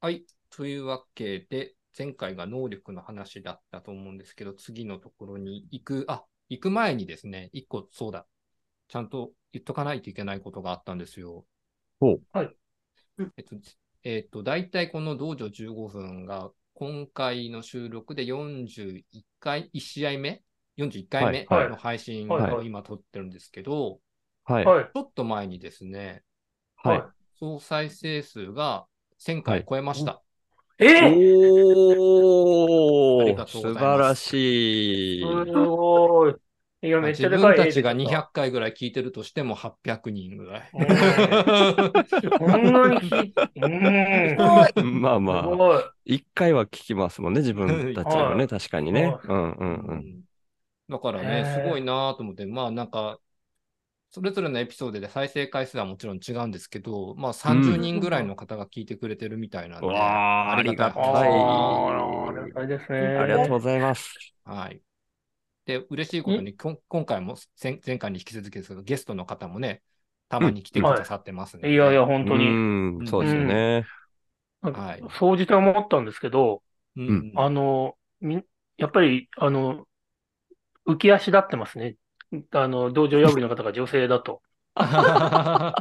はい。というわけで、前回が能力の話だったと思うんですけど、次のところに行く、あ、行く前にですね、一個そうだ。ちゃんと言っとかないといけないことがあったんですよ。ほうはい。えっと、えっと、大体この道場15分が、今回の収録で41回、1試合目 ?41 回目はいはいの配信はいをはい今撮ってるんですけど、はい。はい。ちょっと前にですね、ははいい。総再生数が1000回を超えました。えーあおりーがとうござ素います晴らしい。すごい。いや、まあめっち自ゃでか分い。たちが200回ぐらい聞いてるとしても800人ぐら い。うん。こんなに聞いうん。す まあまあ、ごい。一回は聞きますもんね、自分たちははね、い確かにね。はうんうんううん。んだからへね、ーすごいなと思って、まあなんか、それぞれのエピソードで再生回数はもちろん違うんですけど、まあ30人ぐらいの方が聞いてくれてるみたいなんで、うわーありがたい。あーありがたいですね。ありがとうございます。はい。で、嬉しいことに、こん今回も前前回に引き続きですけど、ゲストの方もね、たまに来てくださってますね。いやいや、本当うに。ん、そうですよね。はい総じて思ったんですけど、うんうんあの、み、やっぱり、あの、浮き足立ってますね。あの、道場破りの方が女性 だと。マ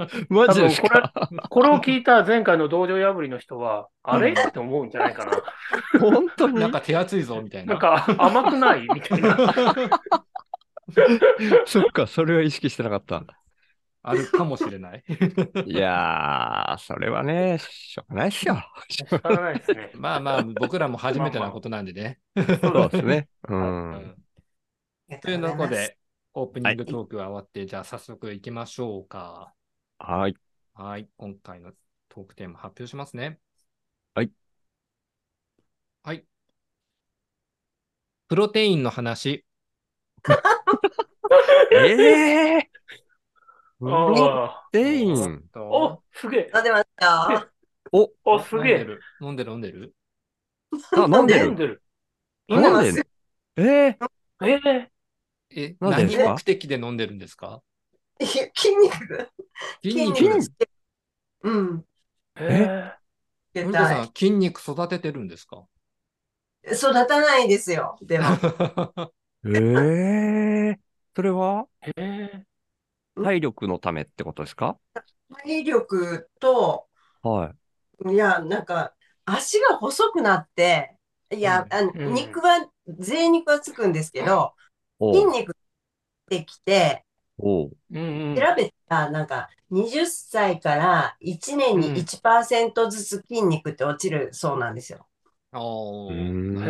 ジですかこれを聞いた前回の道場破りの人は、あれって思うんじゃないかな。 本当に なんか手厚いぞみたいな。なんか甘くないみたいな。そっか、それは意識してなかった。あるかもしれない。いやー、それはね、しょうがないっすよ。仕方ないですね。 まあまあ、僕らも初めてなことなんでね。そうですね。う。うんんという中で、オープニングはいトークは終わって、じゃあ早速行きましょうか。はい。はい、今回のトークテーマ発表しますね。はい。はい。プロテインの話。ええー。プロあテイちょンっ。あ。とお、すげえ。あ、出ました。お、す飲んげでえ。る。飲んでる飲んでるあ、飲んで飲る。んでる。飲飲んでまんすでる。ええええ、飲んでるん何ですか目的で飲んでるんですかいや筋肉筋肉。筋のり肉うん。え出こたさんい。、筋肉育ててるんですか育たないですよ。でも。ー、えー。それはええ体力のためってことですか体力と、はいや、なんか、足が細くなって、いや、うんあのうん肉は、贅肉はつくんですけど、い。筋肉できて、おう。うんうん。調べたら、なんか、20歳から1年うんに1%ずつ筋肉って落ちるそうなんですよ。あうーーん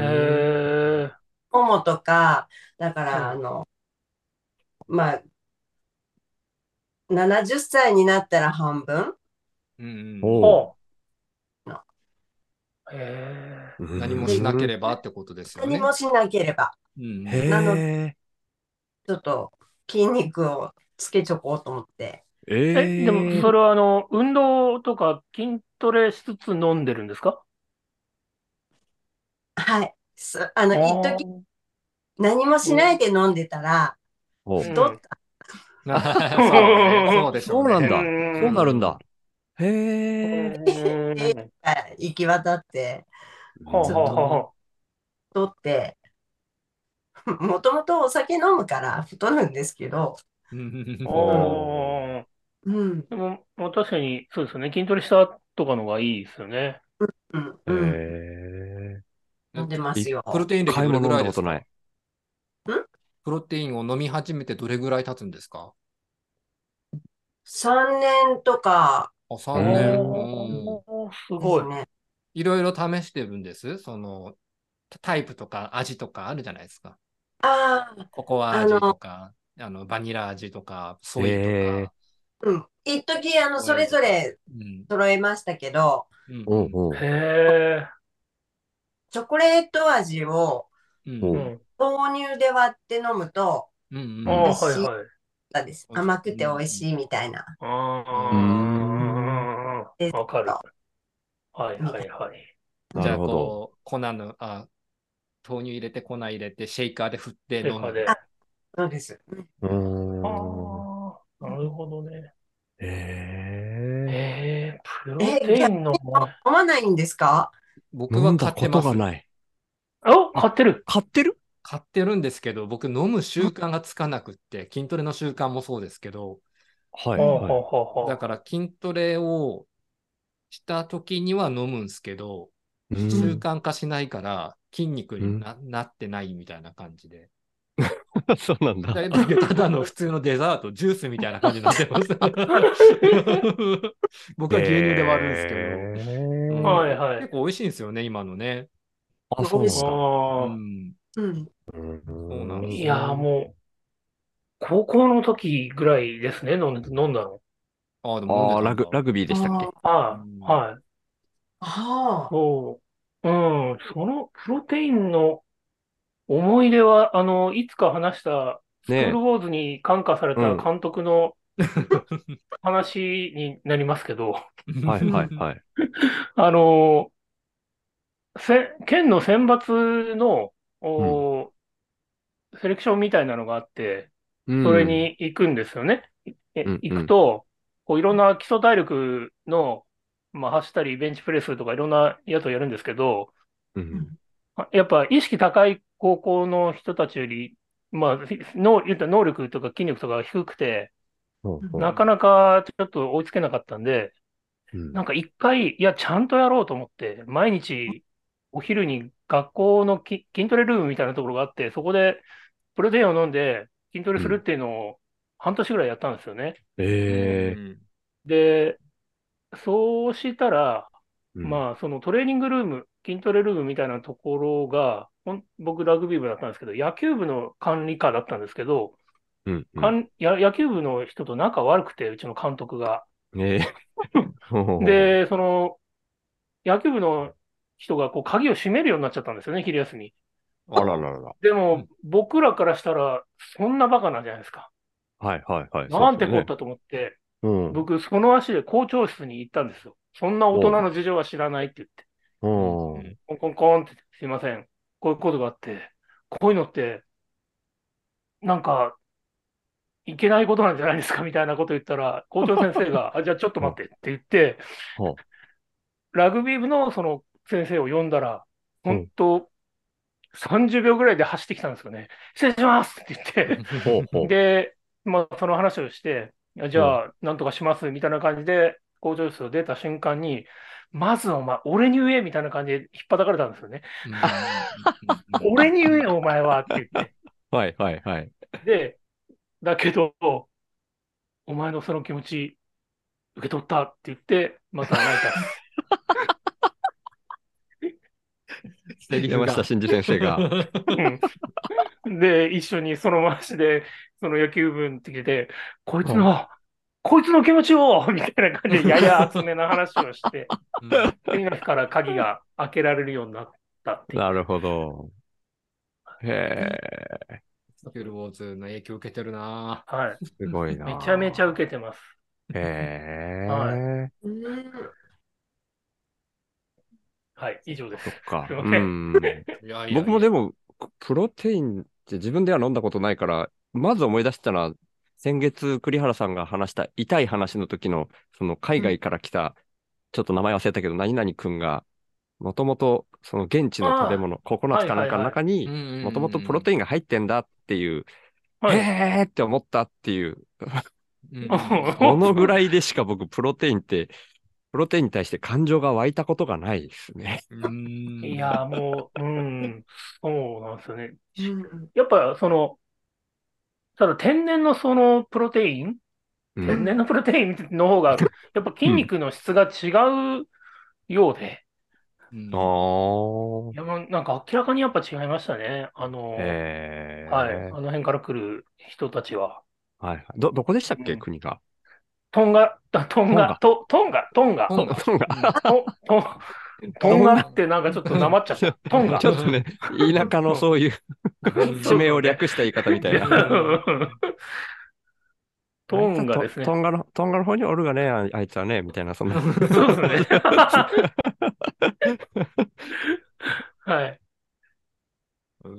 えももとか、だかうんら、あの、まあ、70歳になったら半分うんおー、うおな。えうーん何もしなければってことですよ何ね。もしなければ、うんへなのえ。ちょっと筋肉をつけちょこうと思って。えええ、ー、でもそれはあの、運動とか筋トレしつつ飲んでるんですかはい。すあの、一時あー何もしないで飲んでたら、おううん太った。 そうね そうでしょそうなんだ。ねうんそうなるんだ。へえ。うん行き渡って、ほうほうほうほ太って、 もともとお酒飲むから太るんですけど、う。ほおーうん、でも、もう確かに、そうですよね。筋トレしたとかのがいいですよね。うん、へうん、え。飲んでますよ。 プロテイン歴買いどれ物ぐ飲らいんだでこすとかない。プロテインを飲み始めてどれぐらい経つんですか3年とかあ、お3年。うんー、すでごいす。ね。いろいろ試してるんです。その、タイプとか味とかあるじゃないですか。ああ、ココア味とか、あの、バニラ味とか、ソイとか。へーうん。一時あの、それぞれうん揃えましたけど、うんおうおう。へチョコレート味をうんおえ。う。うん豆乳で割って飲むと、うんあうあ、んは美味しいいはい。です。甘くて美味しいみたいな。ああ、うんわかる。はいはいはい。なじゃあ、るほど。こう、粉の、あ、豆乳入れて、粉入れて、シェイカーで振ってペ飲ーパーむ。で。ああそうです。うーん。あ、なるほどね。へえ。えー、プロえテインのもの。飲まないんですか僕飲はん買だってこまとす。がない。お、買ってる。買ってる買ってるんですけど、僕飲む習慣がつかなく って、筋トレの習慣もそうですけど、はい、ほうはほうい。ほうほうだから筋トレをした時には飲むんですけど、う習ん、慣化しないから筋肉にな,、なってないみたいな感じで。 そうなんだ。だけどただの普通のデザート、ジュースみたいな感じになってます。 僕は牛乳で割るんですけど、すうんはいはい結構美味しいんですよね、今のね。あ、そうなん美味しいだ。うあん、うん。うんそうなんあ。ですいやー、もう、高校の時ぐらいですね、飲ん飲んだの。ああ、であ飲んでたあ、ラんグだ、ラグビーでしたっけはうんい、はい。ああ。そう。うん、そのプロテインの思い出は、あの、いつか話した、スクねえールウォーズに感化されたうん監督の話になりますけど、 はいは いはい。あの、せ、県の選抜の、おセレクションみたいなのがあって、それに行くんですよね。えうんうん行くと、こういろんな基礎体力の、まあ、走ったり、ベンチプレスとかいろんなやつをやるんですけど、うん、やっぱ意識高い高校の人たちより、まあ、能言ったら能力とか筋力とかが低くて、うんうんなかなかちょっと追いつけなかったんで、うんなんか一回、いや、ちゃんとやろうと思って、毎日お昼に学校のき筋トレルームみたいなところがあって、そこでプロテインを飲んで筋トレするっていうのを半年ぐらいやったんですよね。ええで、そうしたら、あ、まあ、そのトレーニングルーム、筋トレルームみたいなところが、ほん僕、ラグビー部だったんですけど、野球部の管理下だったんですけど、うんうん管や野球部の人と仲悪くて、うちの監督が。ええほうで、その、野球部の人がこう鍵を閉めるようになっちゃったんですよね、昼休み。あらららら。でうもん、僕らからしたら、そんなバカなんじゃないですか。はいはいはい。なんてこと。ったと思って、うん。うん僕、その足で校長室に行ったんですよ。そんな大人の事情は知らないって言って。うんコンコンコンって、すいません。こういうことがあって、こういうのって、なんか、いけないことなんじゃないですかみ たいなこと言ったら、校長先 生が、あ、じゃあちょっと待ってって言ってほう、ラグビー部のその先生を呼んだら、うん本当30秒ぐらいで走ってきたんですよね。失礼しますって言って、ほうほう。で、まあ、その話をして、いやじゃあ、なんとかしますみたいな感じで、校長室を出た瞬間に、まずお前、俺に言えみたいな感じで引っ叩かれたんですよね。俺に言えよ、お前はって言っはいはいはい。て。で、だけど、お前のその気持ち、受け取ったって言って、また泣いセリフ山が下真司先 生が。た。うんで、一緒にその足で、その野球部の時で、こいつの、こいつの気持ちをみたいな感じで、やや厚めな話をして、次の日から鍵が開けられるようになったっていう。なるほど。へえ、スクールウォーズの影響受けてるなはい。すごいな。めちゃめちゃ受けてます。けへはえ、うんはい、以上ですそ。っか。すいませんうん。ぁ。いやいや僕もで、も、プロテインって自分では飲んだことないから、まず思い出したのは、先月栗原さんが話した痛い話の時の、その海外から来た、ちょっと名前忘れたけど、何々くんが、もともとその現地の食べ物、ココナッツかなんかの中に、ももともとプロテインが入ってんだっていう、 はい。へーって思ったっていう、インこのぐらいでしか僕、プロテインって、プロテインに対して感情が湧いたことがないです ね。いや、もう、うん、そうなんですよね。うんやっぱ、その、ただ天然のそのプロテイン、う天ん、然のプロテインの方 が、やっぱ筋肉の質が違うようで、あーい。や、もうなんか明らかにやっぱ違いましたね。あの、えー、はい、あの辺から来る人たちは。はいはい。ど、どこでしたっけ、うん国が。トンガ、あトンガ、トトンガ、トンガ、トトンンガガ、トンガ。トントンガってなんかちょっとなまっちゃった。トン ガち。ょっとね、田舎のそういう地名を略した言い方みたいそうだな。ねトンガですねト。ンガの、トンガの方におるがね、ああいつはね、みたいな、そんな。そうですね。はい。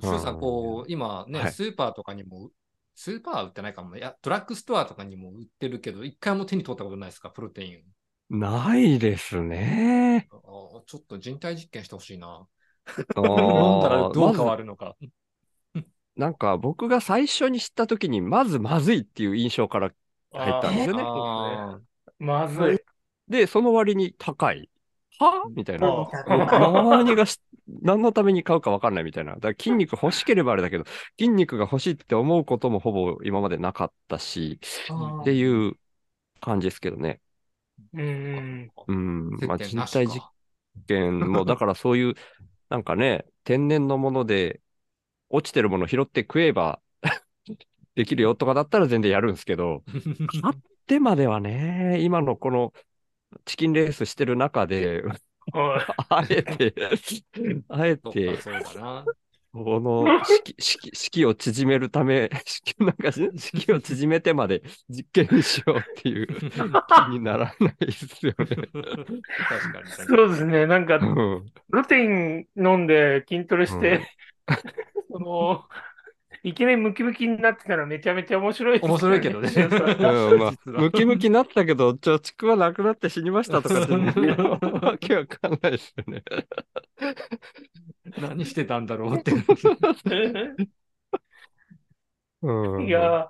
スーさん、こう、今ね、はいスーパーとかにも、スーパーは売ってないかもね。いや、ドラッグストアとかにも売ってるけど、一回も手に取ったことないですか、プロテイン。ないですね。 あーちょっと人体実験してほしいな。飲飲んだらどう変わるのか。なんか僕が最初に知った時に、まずまずいっていう印象から、入ったんですよねあーまずい。で、その割に高い。はみたいな。あ何がし、 何のために買うか分かんないみたいな。だから筋肉欲しければあれだけど、筋肉が欲しいって思うこともほぼ今までなかったし、あ っていう感じですけどね。うん。うん。まあ接点人なしか体実験 も、だからそういう、なんかね、天然のもので、落ちてるもの拾って食えばできるよとかだったら全然やるんです けど、買ってまではね、今のこのチキンレースしてる 中で、はいあえて、あえそってか、、そうだ な。こ の式式式を縮めるため、 式なんか式を縮めてまで実験しようって いう気にならないですよね。確かに。そうですね。なんかう、ん、ルテイン飲んで筋トレして、その、いきなりムキムキになってたらめちゃめちゃ面白いですよ面白いけどね。うんまあ実はムキムキになったけど、貯蓄はなくなって死にましたとかって、わけわかんないですよね。何してたんだろう って。うん、いや、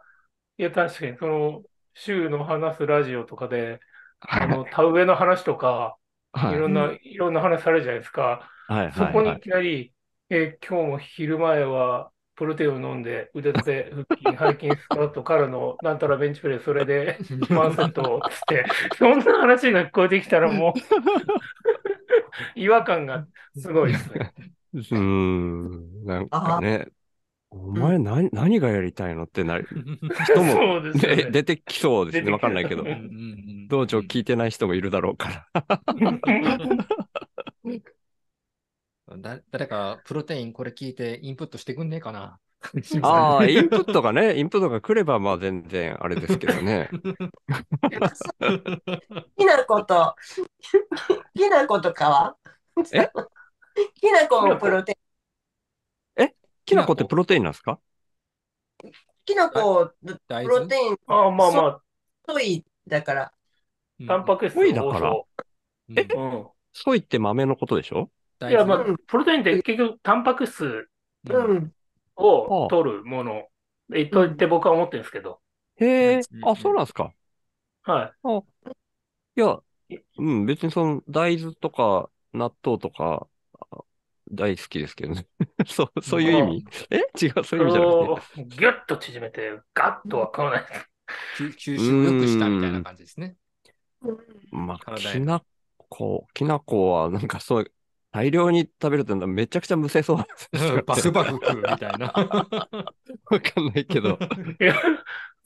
いや、確かに、その、週の話すラジオとかで、あの、田植えの話とか、はいい、ろんな、いろんな話されるじゃないですか。はい、そこはにいいきなり、えー今日も昼前は、プロテインを飲んで、腕立て、腹筋、背筋、スクワットからの、なんたらベンチプレス、それで、 ワンセット、つって、そんな話が聞こえてきたらも う、違和感がすごいですね。うーん、なんかね、お前何、何がやりたいのってなる人も、そうですよでね。出てきそうです出てきね。わかんないけどう。ん道場聞いてない人もいるだろうから。だ誰かプロテインこれ聞いてインプットしてくんねえかな。 ああ、インプットがね、インプットが来れば、まあ全然あれですけどね。きなこと、きなことかはえ きなこもプロテイン。きなこってプロテインなんですかきなこ、プ大ロ豆テイン、ああ、まあまあ、太いだから、タンパク質の多さをうんうんソイって豆のことでしょいや、まあうん、プロテインって結局、タンパク質大う豆ん。を取るもの、えとって僕は思ってるんですけど、へう、えんあ、そうなんですか。はいや、うん、別にその大豆とか納豆とかあ大好きですけどね。 そう、そういう意味え違う、い。そそういう意味じゃれなをくて。ギュッと縮めて、ガッとは 買わない。吸吸収を良くしたみたいな感じですね。まあ、体へきなこ、きなこはなんかそう、大量に食べるとめちゃくちゃむせそうなんですよバクバク食うみたいな。 わかんない けど。いや、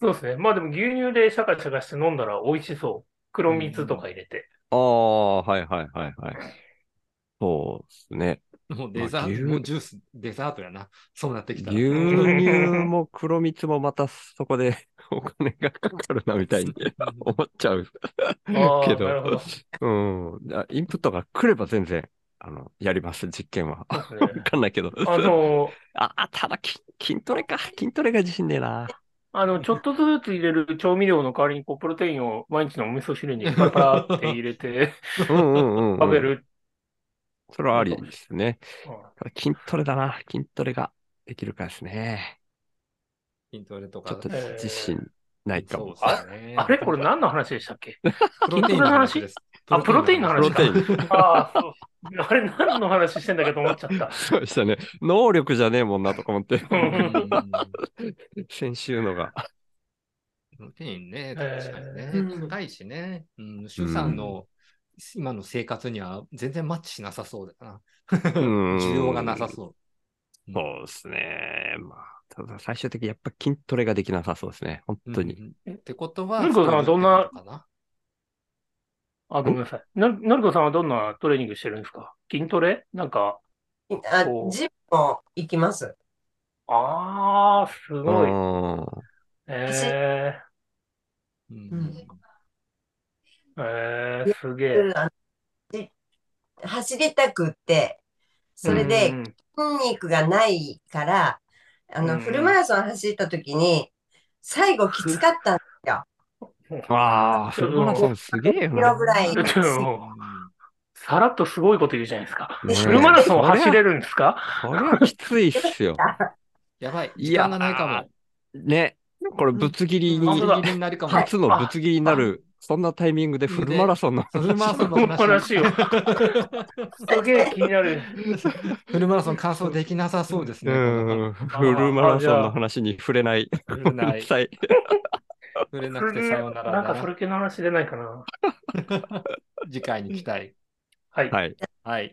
そうですね。まあでも牛乳でシャカシャカして飲んだら美味しそう。黒蜜とか入れて。ああ、はいはいはいはい。そうですね。もうデザート、まあもうジュース、デザートやな。そうなってき牛たら。乳も黒蜜もまたそこで お金がかかるなみたいに 思っちゃうああ、けなるほど。ど、うん。あインプットが来れば全然、あの、やります、実験は。わそう ですねかんないけど。あの、あ あ、ただき筋トレか。筋トレが自信ね えな。あの、ちょっとずつ入れる調味料の代わりに、こう、プロテインを毎日のお味噌汁にパラパラって入れてうんうんうんうん。食べる。それはありですね。うんただ筋トレだな。筋トレができるかですね。筋トレとちかょっ。と自信ないかそうもで。すね。あれこれ何の話でしたっ けプロテインの話です。あプロテインのプロ話かテイン。ああ、そう。あれ何の話してんだけど思っちゃった。そうでしたね。能力じゃねえもんなとか思って、うん 先週 のが。プロテインね、えー確かにね。うん高いしね。うん、主さんの今の生活には全然マッチしなさそうだな。ん需要がなさそう。そうですね。まあ、ただ最終的にやっぱ筋トレができなさそうですね。本当に。うんうんってことは、のりこさんはどんな太るってことかなあ、ごめんなさい。な、のりこさんはどんなトレーニングしてるんですか筋トレなんか、あそうジムも行きます。ああ、すうごい。ん。えうんー、えー、すげえ。あのじ走りたくって、それでうん筋肉がないから、あうの、んフルマラソン走った時に、最後きつかったんですよ。ああ、フルマラソンすげえよキロなぐ。らい。ちょっともうさらっとすごいこと言うじゃないですか。ねえフルマラソンを走れるんですかこれはきついっすよ。やばい、い時や間がないかも。ね。これ、ぶつ切りギに本当、だリギリになるかも。初のぶつ切りになる、そんなタイミングでフルマラソンのフルマラソンの話話を。すげえ気になる。フルマラソン完走できなさそうですね。うん、フルマラソンの話に触れない。触れ ない。触はいれなくてさようならなんだかそれな。系の話出ないかな。次回に期待。はい。はい。はい。